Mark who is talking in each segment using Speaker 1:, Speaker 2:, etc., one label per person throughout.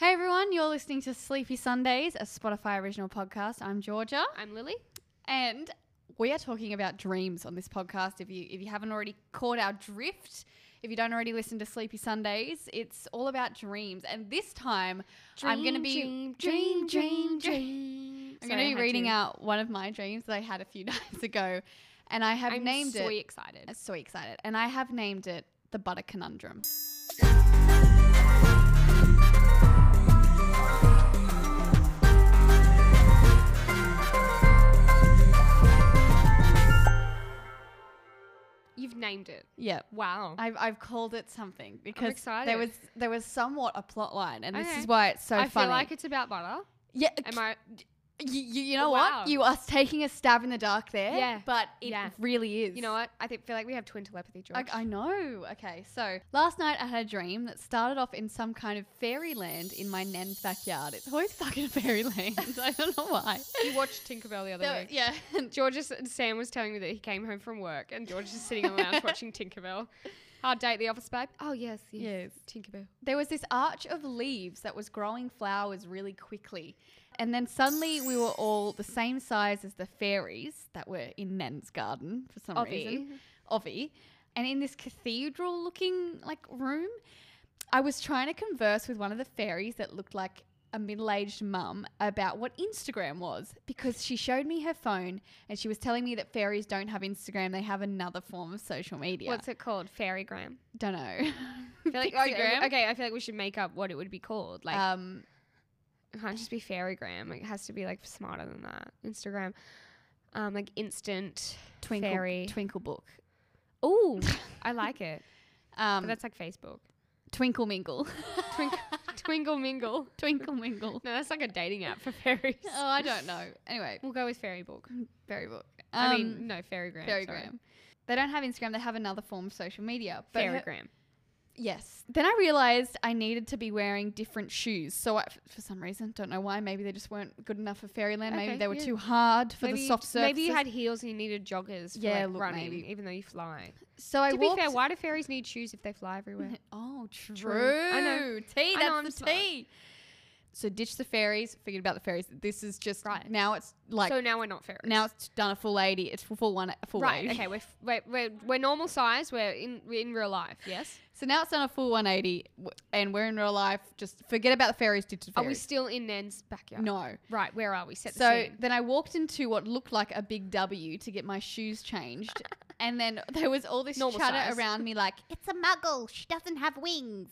Speaker 1: Hey everyone, you're listening to Sleepy Sundays, a Spotify original podcast. I'm Georgia,
Speaker 2: I'm Lily.
Speaker 1: and we are talking about dreams on this podcast. If you if you haven't already caught our drift, if you don't already listen to Sleepy Sundays, it's all about dreams. And this time, I'm going to be
Speaker 2: dream, dream, dream.
Speaker 1: I'm going to be reading out one of my dreams that I had a few nights ago, and I have
Speaker 2: I'm
Speaker 1: named
Speaker 2: so
Speaker 1: it.
Speaker 2: excited.
Speaker 1: So excited, and I have named it the Butter Conundrum.
Speaker 2: You've named it.
Speaker 1: Yep.
Speaker 2: Wow.
Speaker 1: I've, I've called it something because there
Speaker 2: excited.
Speaker 1: was there was somewhat a plot line, and this
Speaker 2: Okay.
Speaker 1: is why it's so
Speaker 2: I
Speaker 1: funny.
Speaker 2: feel like it's about butter.
Speaker 1: yeah,
Speaker 2: Am I?
Speaker 1: you, you, you know
Speaker 2: Oh, Wow.
Speaker 1: what? You are taking a stab in the dark there.
Speaker 2: Yeah.
Speaker 1: but it
Speaker 2: Yeah.
Speaker 1: really is.
Speaker 2: You know what? I think feel like we have twin telepathy, George.
Speaker 1: Like, I know. Okay, so last night I had a dream that started off in some kind of fairyland in my nan's backyard. It's always fucking fairyland. I don't know why.
Speaker 2: you watched Tinkerbell the other
Speaker 1: There-
Speaker 2: week.
Speaker 1: yeah,
Speaker 2: George's Sam was telling me that he came home from work and George is sitting on the lounge watching Tinkerbell. Hard date at the office babe. Oh yes, yes, Tinkerbell.
Speaker 1: there was this arch of leaves that was growing flowers really quickly. And then suddenly we were all the same size as the fairies that were in Nen's garden for some
Speaker 2: Obvi.
Speaker 1: reason. Ovi. And in this cathedral looking like room, I was trying to converse with one of the fairies that looked like a middle-aged mum about what Instagram was because she showed me her phone and she was telling me that fairies don't have Instagram, they have another form of social media.
Speaker 2: What's it called? Fairygram.
Speaker 1: don't know.
Speaker 2: I feel like, okay, okay, I feel like we should make up what it would be called. Like
Speaker 1: um
Speaker 2: it can't just be fairygram. It has to be like smarter than that. Instagram, um, like instant
Speaker 1: Twinkle
Speaker 2: fairy.
Speaker 1: Twinkle Book.
Speaker 2: oh, I like it.
Speaker 1: Um,
Speaker 2: But that's like Facebook.
Speaker 1: Twinkle Mingle.
Speaker 2: Twink- Twinkle mingle.
Speaker 1: Twinkle Mingle.
Speaker 2: No, that's like a dating app for fairies.
Speaker 1: Oh, I don't know. Anyway,
Speaker 2: We'll go with fairy book.
Speaker 1: fairy book.
Speaker 2: I
Speaker 1: Um,
Speaker 2: mean, no fairygram.
Speaker 1: fairygram.
Speaker 2: sorry.
Speaker 1: They don't have Instagram. They have another form of social media. But her-
Speaker 2: Fairygram.
Speaker 1: yes. Then I realized I needed to be wearing different shoes. So I, for some reason, don't know why. Maybe they just weren't good enough for Fairyland. maybe
Speaker 2: Okay,
Speaker 1: they were
Speaker 2: yeah.
Speaker 1: too hard for
Speaker 2: maybe,
Speaker 1: the soft surfaces.
Speaker 2: maybe you had heels and you needed joggers for
Speaker 1: Yeah,
Speaker 2: like
Speaker 1: look,
Speaker 2: running,
Speaker 1: maybe.
Speaker 2: even though you fly.
Speaker 1: So I
Speaker 2: to
Speaker 1: walked.
Speaker 2: be fair, why do fairies need shoes if they fly everywhere?
Speaker 1: Oh, true.
Speaker 2: I know.
Speaker 1: Tea.
Speaker 2: I
Speaker 1: That's
Speaker 2: know, I'm
Speaker 1: the
Speaker 2: smart.
Speaker 1: tea. So ditch the fairies. Forget about the fairies. This is just
Speaker 2: Right.
Speaker 1: now. It's like
Speaker 2: so now we're not fairies.
Speaker 1: now it's done a full eighty. It's full one. A full
Speaker 2: right?
Speaker 1: 180.
Speaker 2: Okay, we're, f- we're we're we're normal size. We're in we're in real life. Yes.
Speaker 1: So now it's done a full one eighty, and we're in real life. Just forget about the fairies. Ditch the
Speaker 2: Are we
Speaker 1: fairies.
Speaker 2: still in Nan's backyard?
Speaker 1: no.
Speaker 2: Right. Where are we? Set the
Speaker 1: So
Speaker 2: scene.
Speaker 1: then I walked into what looked like a big W to get my shoes changed. And then there was all this
Speaker 2: Normal
Speaker 1: chatter
Speaker 2: size.
Speaker 1: around me like, it's a muggle. She doesn't have wings.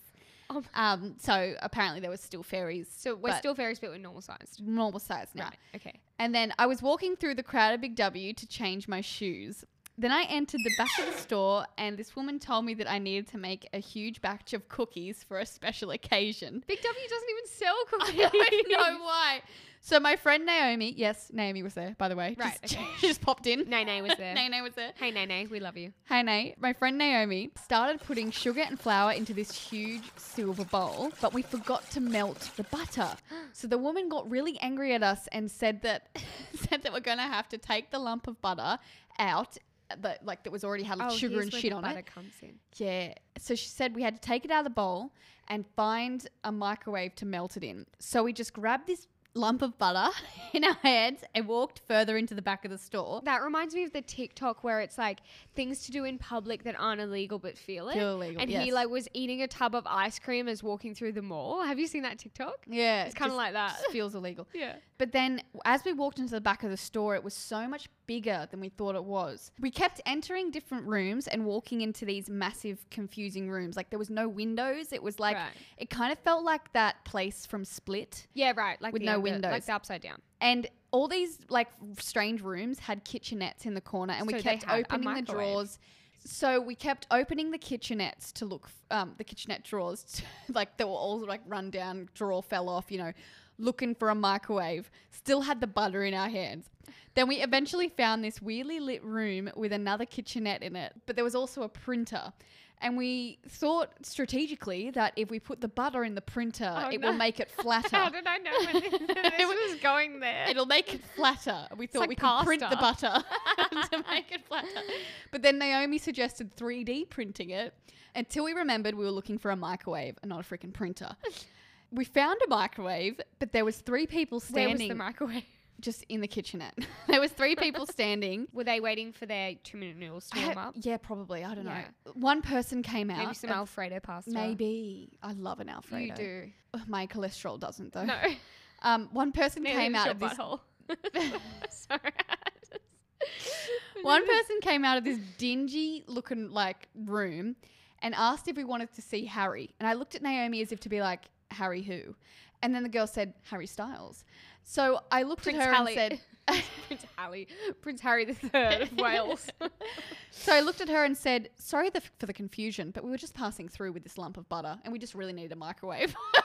Speaker 2: Oh
Speaker 1: Um, so apparently there was still fairies.
Speaker 2: So we're
Speaker 1: but-
Speaker 2: still fairies, but we're normal sized.
Speaker 1: normal size now.
Speaker 2: Right. Okay.
Speaker 1: And then I was walking through the crowd at Big W to change my shoes. Then I entered the back of the store, and this woman told me that I needed to make a huge batch of cookies for a special occasion.
Speaker 2: Big W doesn't even sell
Speaker 1: I
Speaker 2: cookies.
Speaker 1: don't know why. So my friend Naomi, yes, Naomi was there, by the way.
Speaker 2: Right,
Speaker 1: Just,
Speaker 2: okay.
Speaker 1: she just popped in.
Speaker 2: Nay Nay was there.
Speaker 1: Naomi was there.
Speaker 2: Hey Nay Nay, we love you.
Speaker 1: Hi, Nate. My friend Naomi started putting sugar and flour into this huge silver bowl, but we forgot to melt the butter. So the woman got really angry at us and said that said that we're going to have to take the lump of butter out uh, that like that was already had sugar
Speaker 2: Oh, here's
Speaker 1: and
Speaker 2: where
Speaker 1: shit
Speaker 2: the
Speaker 1: on
Speaker 2: butter
Speaker 1: it.
Speaker 2: comes in.
Speaker 1: Yeah. So she said we had to take it out of the bowl and find a microwave to melt it in. So we just grabbed this lump of butter in our hands and walked further into the back of the store.
Speaker 2: That reminds me of the TikTok where it's like things to do in public that aren't illegal but feel it.
Speaker 1: Feel illegal,
Speaker 2: and
Speaker 1: yes.
Speaker 2: he like was eating a tub of ice cream as walking through the mall. Have you seen that TikTok?
Speaker 1: Yeah.
Speaker 2: It's kind
Speaker 1: just-
Speaker 2: of like that.
Speaker 1: just feels illegal.
Speaker 2: Yeah.
Speaker 1: But then, as we walked into the back of the store, it was so much bigger than we thought it was. We kept entering different rooms and walking into these massive, confusing rooms. Like, there was no windows. It was like,
Speaker 2: Right.
Speaker 1: it kind of felt like that place from Split.
Speaker 2: Yeah, right. Like
Speaker 1: With
Speaker 2: the
Speaker 1: no
Speaker 2: under-
Speaker 1: windows.
Speaker 2: like the upside down.
Speaker 1: And all these, like, strange rooms had kitchenettes in the corner, and we
Speaker 2: So they
Speaker 1: kept
Speaker 2: had a
Speaker 1: opening the
Speaker 2: microwave.
Speaker 1: drawers. So we kept opening the kitchenettes to look, f- um, the kitchenette drawers, to, like they were all like run down, drawer fell off, you know, looking for a microwave. Still had the butter in our hands. Then we eventually found this weirdly lit room with another kitchenette in it, but there was also a printer. And we thought strategically that if we put the butter in the printer,
Speaker 2: Oh,
Speaker 1: it
Speaker 2: no.
Speaker 1: will make it
Speaker 2: How
Speaker 1: flatter.
Speaker 2: did I know when this,
Speaker 1: It was-
Speaker 2: was going there?
Speaker 1: It'll make it flatter. We thought
Speaker 2: like
Speaker 1: we could print the butter
Speaker 2: pasta.
Speaker 1: to make it flatter. But then Naomi suggested 3D printing it until we remembered we were looking for a microwave and not a freaking printer. we found a microwave, but there was three people
Speaker 2: Where was
Speaker 1: standing
Speaker 2: the microwave?
Speaker 1: just in the kitchenette. there was three people standing.
Speaker 2: Were they waiting for their two minute noodles to
Speaker 1: I
Speaker 2: warm
Speaker 1: ha-
Speaker 2: up?
Speaker 1: yeah, probably. I don't
Speaker 2: Yeah.
Speaker 1: know. One person came out.
Speaker 2: Maybe some
Speaker 1: of-
Speaker 2: Alfredo pasta.
Speaker 1: Maybe. I love an Alfredo.
Speaker 2: You do.
Speaker 1: Ugh, My cholesterol doesn't though.
Speaker 2: No.
Speaker 1: Um, one person
Speaker 2: Neither
Speaker 1: came
Speaker 2: does
Speaker 1: out
Speaker 2: your
Speaker 1: of this.
Speaker 2: butthole. Sorry.
Speaker 1: One person came out of this dingy looking like room and asked if we wanted to see Harry. And I looked at Naomi as if to be like, Harry who? And then the girl said, Harry Styles. So I looked
Speaker 2: Prince
Speaker 1: at her
Speaker 2: Harry.
Speaker 1: and said,
Speaker 2: Prince Harry. Prince Harry the Third of Wales.
Speaker 1: So I looked at her and said, "Sorry the, for the confusion, but we were just passing through with this lump of butter, and we just really needed a microwave."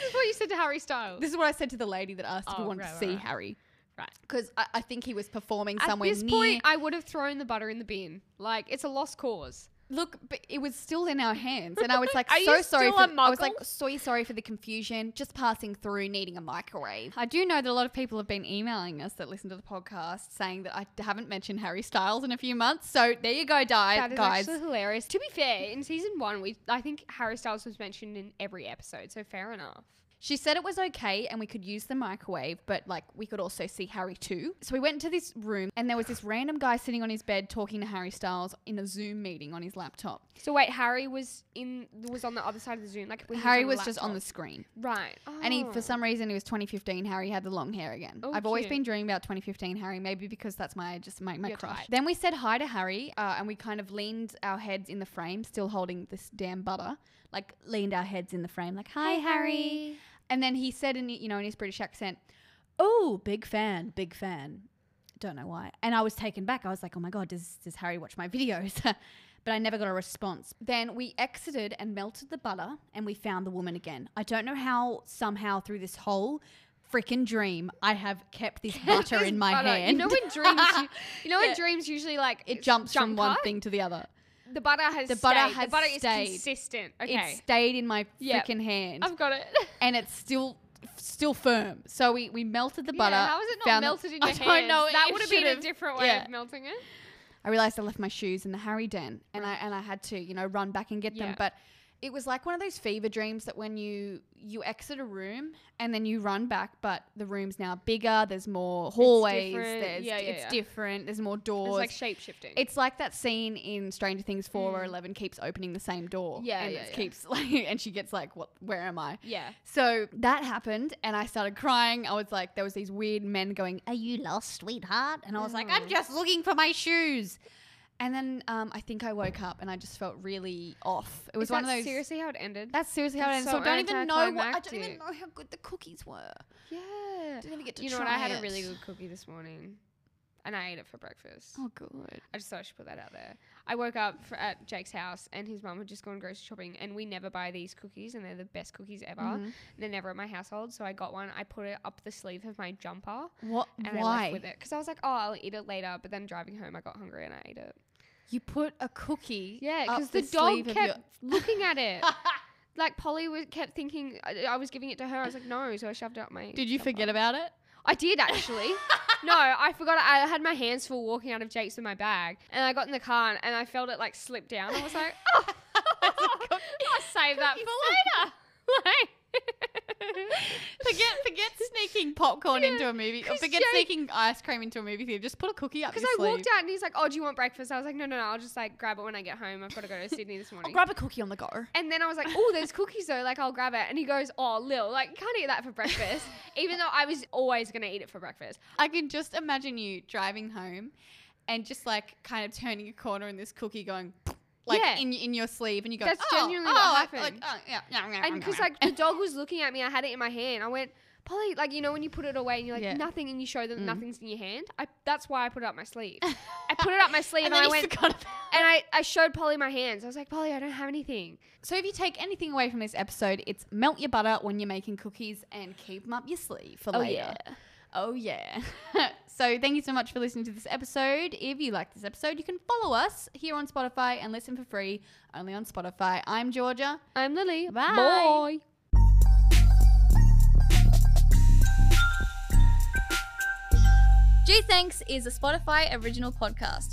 Speaker 2: This is what you said to Harry Styles.
Speaker 1: this is what I said to the lady that asked if we
Speaker 2: Oh,
Speaker 1: wanted
Speaker 2: right,
Speaker 1: to see
Speaker 2: right, right.
Speaker 1: Harry,
Speaker 2: Right.
Speaker 1: Because I, I think he was performing
Speaker 2: At
Speaker 1: somewhere
Speaker 2: this
Speaker 1: near.
Speaker 2: point, I would have thrown the butter in the bin. Like it's a lost cause.
Speaker 1: Look, but it was still in our hands, and I was like,
Speaker 2: Are
Speaker 1: "So
Speaker 2: you
Speaker 1: sorry."
Speaker 2: still a
Speaker 1: for, I was
Speaker 2: muggle?
Speaker 1: like, "So sorry for the confusion. Just passing through, needing a microwave." I do know that a lot of people have been emailing us that listen to the podcast saying that I haven't mentioned Harry Styles in a few months. So there you go, di-
Speaker 2: That is
Speaker 1: guys.
Speaker 2: actually hilarious. To be fair, in season one, we I think Harry Styles was mentioned in every episode. So fair enough.
Speaker 1: She said it was okay and we could use the microwave, but like we could also see Harry too. So we went into this room and there was this random guy sitting on his bed talking to Harry Styles in a Zoom meeting on his laptop.
Speaker 2: So wait, Harry was in was on the other side of the Zoom. Like he
Speaker 1: Harry
Speaker 2: on
Speaker 1: was just on the
Speaker 2: laptop.
Speaker 1: screen.
Speaker 2: right,
Speaker 1: And he,
Speaker 2: Oh.
Speaker 1: for some reason, it was 2015. Harry had the long hair again.
Speaker 2: Oh,
Speaker 1: I've always
Speaker 2: cute.
Speaker 1: been dreaming about 2015 Harry, maybe because that's my just my, my
Speaker 2: Your
Speaker 1: crush.
Speaker 2: type.
Speaker 1: Then we said hi to Harry, uh, and we kind of leaned our heads in the frame, still holding this damn butter, like leaned our heads in the frame,
Speaker 2: Oh.
Speaker 1: like hi, Harry. And then he said in you know in his British accent, "Oh, big fan, big fan." Don't know why. And I was taken back. I was like, "Oh my god, does does Harry watch my videos?" but I never got a response. Then we exited and melted the butter and we found the woman again. I don't know how somehow through this whole freaking dream I have kept this butter
Speaker 2: This
Speaker 1: in my
Speaker 2: butter-
Speaker 1: hand.
Speaker 2: You know when dreams, you, you know when
Speaker 1: Yeah.
Speaker 2: dreams usually like
Speaker 1: it
Speaker 2: s-
Speaker 1: jumps
Speaker 2: jump
Speaker 1: from one
Speaker 2: cut?
Speaker 1: thing to the other.
Speaker 2: The butter has
Speaker 1: The butter
Speaker 2: stayed.
Speaker 1: has
Speaker 2: the butter
Speaker 1: stayed.
Speaker 2: is consistent.
Speaker 1: It
Speaker 2: Okay,
Speaker 1: stayed in my
Speaker 2: Yeah.
Speaker 1: freaking hand
Speaker 2: I've got it.
Speaker 1: and it's still still firm. So we we melted the butter.
Speaker 2: yeah, how is it not
Speaker 1: found-
Speaker 2: melted in your
Speaker 1: I
Speaker 2: hands?
Speaker 1: don't know.
Speaker 2: That
Speaker 1: it
Speaker 2: would have been a
Speaker 1: should've-
Speaker 2: different way
Speaker 1: yeah.
Speaker 2: of melting it.
Speaker 1: I realized I left my shoes in the Harry den, and I and I had to you know run back and get
Speaker 2: Yeah.
Speaker 1: them. But it was like one of those fever dreams that when you you exit a room and then you run back, but the room's now bigger. There's more hallways.
Speaker 2: different.
Speaker 1: there's
Speaker 2: Yeah, yeah,
Speaker 1: it's
Speaker 2: yeah.
Speaker 1: different. There's more
Speaker 2: It's
Speaker 1: doors.
Speaker 2: like shape shifting.
Speaker 1: It's like that scene in Stranger Things 4 where Eleven keeps opening the same door.
Speaker 2: Yeah,
Speaker 1: and
Speaker 2: yeah,
Speaker 1: it
Speaker 2: yeah.
Speaker 1: keeps like, and she gets like, what? Where am I?
Speaker 2: yeah.
Speaker 1: So that happened, and I started crying. I was like, there was these weird men going, "Are you lost, sweetheart?" And I was like,
Speaker 2: Mm.
Speaker 1: "I'm just looking for my shoes." And then um, I think I woke up and I just felt really off. It was
Speaker 2: Is
Speaker 1: one
Speaker 2: that
Speaker 1: of those.
Speaker 2: seriously how it ended?
Speaker 1: That's seriously how it
Speaker 2: That's
Speaker 1: ended.
Speaker 2: so
Speaker 1: So, I don't even know. What, I don't even
Speaker 2: anticlimactic.
Speaker 1: know how good the cookies were.
Speaker 2: yeah.
Speaker 1: Didn't even get to
Speaker 2: You know what?
Speaker 1: try
Speaker 2: I had
Speaker 1: it.
Speaker 2: a really good cookie this morning, and I ate it for breakfast.
Speaker 1: Oh, good.
Speaker 2: I just thought I should put that out there. I woke up for, at Jake's house and his mum had just gone grocery shopping, and we never buy these cookies, and they're the best cookies ever.
Speaker 1: Mhm.
Speaker 2: They're never at my household, so I got one. I put it up the sleeve of my jumper,
Speaker 1: What?
Speaker 2: and I left
Speaker 1: why?
Speaker 2: with it because I was like, "Oh, I'll eat it later." But then driving home, I got hungry and I ate it.
Speaker 1: You put a cookie.
Speaker 2: Yeah,
Speaker 1: up
Speaker 2: because the,
Speaker 1: sleeve
Speaker 2: dog
Speaker 1: of
Speaker 2: kept looking at it. Like Polly was kept thinking I, I was giving it to her. I was like, "No," so I shoved it up my.
Speaker 1: Did you
Speaker 2: jumper.
Speaker 1: forget about it?
Speaker 2: I did actually. no, I forgot. I had my hands full walking out of Jake's with my bag, and I got in the car and, and I felt it like slip down. I was like, oh, I'll save that for later. like,
Speaker 1: Forget forget sneaking popcorn
Speaker 2: Yeah,
Speaker 1: into a movie. Or
Speaker 2: 'cause
Speaker 1: forget
Speaker 2: Jake-
Speaker 1: sneaking ice cream into a movie theater. Just put a cookie up your
Speaker 2: because I
Speaker 1: sleeve.
Speaker 2: walked out and he's like, "Oh, do you want breakfast?" I was like, "No, no, no. I'll just like grab it when I get home. I've got to go to Sydney this
Speaker 1: I'll
Speaker 2: morning."
Speaker 1: grab a cookie on the go.
Speaker 2: and then I was like, "Oh, there's cookies though. Like, I'll grab it." And he goes, "Oh, Lil, like, you can't eat that for breakfast." Even though I was always gonna eat it for breakfast.
Speaker 1: I can just imagine you driving home and just like kind of turning a corner and this cookie going like
Speaker 2: Yeah.
Speaker 1: in in your sleeve and you go
Speaker 2: That's
Speaker 1: oh,
Speaker 2: genuinely
Speaker 1: oh,
Speaker 2: what
Speaker 1: I feel
Speaker 2: happened.
Speaker 1: like, oh, yeah, yeah, yeah,
Speaker 2: and
Speaker 1: yeah,
Speaker 2: because
Speaker 1: yeah.
Speaker 2: like the dog was looking at me, I had it in my hand. I went, Polly, like you know when you put it away and you're like
Speaker 1: Yeah.
Speaker 2: nothing, and you show them
Speaker 1: Mm.
Speaker 2: nothing's in your hand. I that's why I put it up my sleeve. I put it up my sleeve and,
Speaker 1: then
Speaker 2: I
Speaker 1: you
Speaker 2: went
Speaker 1: forgot about it.
Speaker 2: and I, I showed Polly my hands. I was like, Polly, I don't have anything.
Speaker 1: so if you take anything away from this episode it's melt your butter when you're making cookies and keep them up your sleeve for later Oh, yeah. so, thank you so much for listening to this episode. If you like this episode, you can follow us here on Spotify and listen for free only on Spotify. I'm Georgia.
Speaker 2: I'm Lily.
Speaker 1: Bye.
Speaker 2: Bye.
Speaker 3: G Thanks is a Spotify original podcast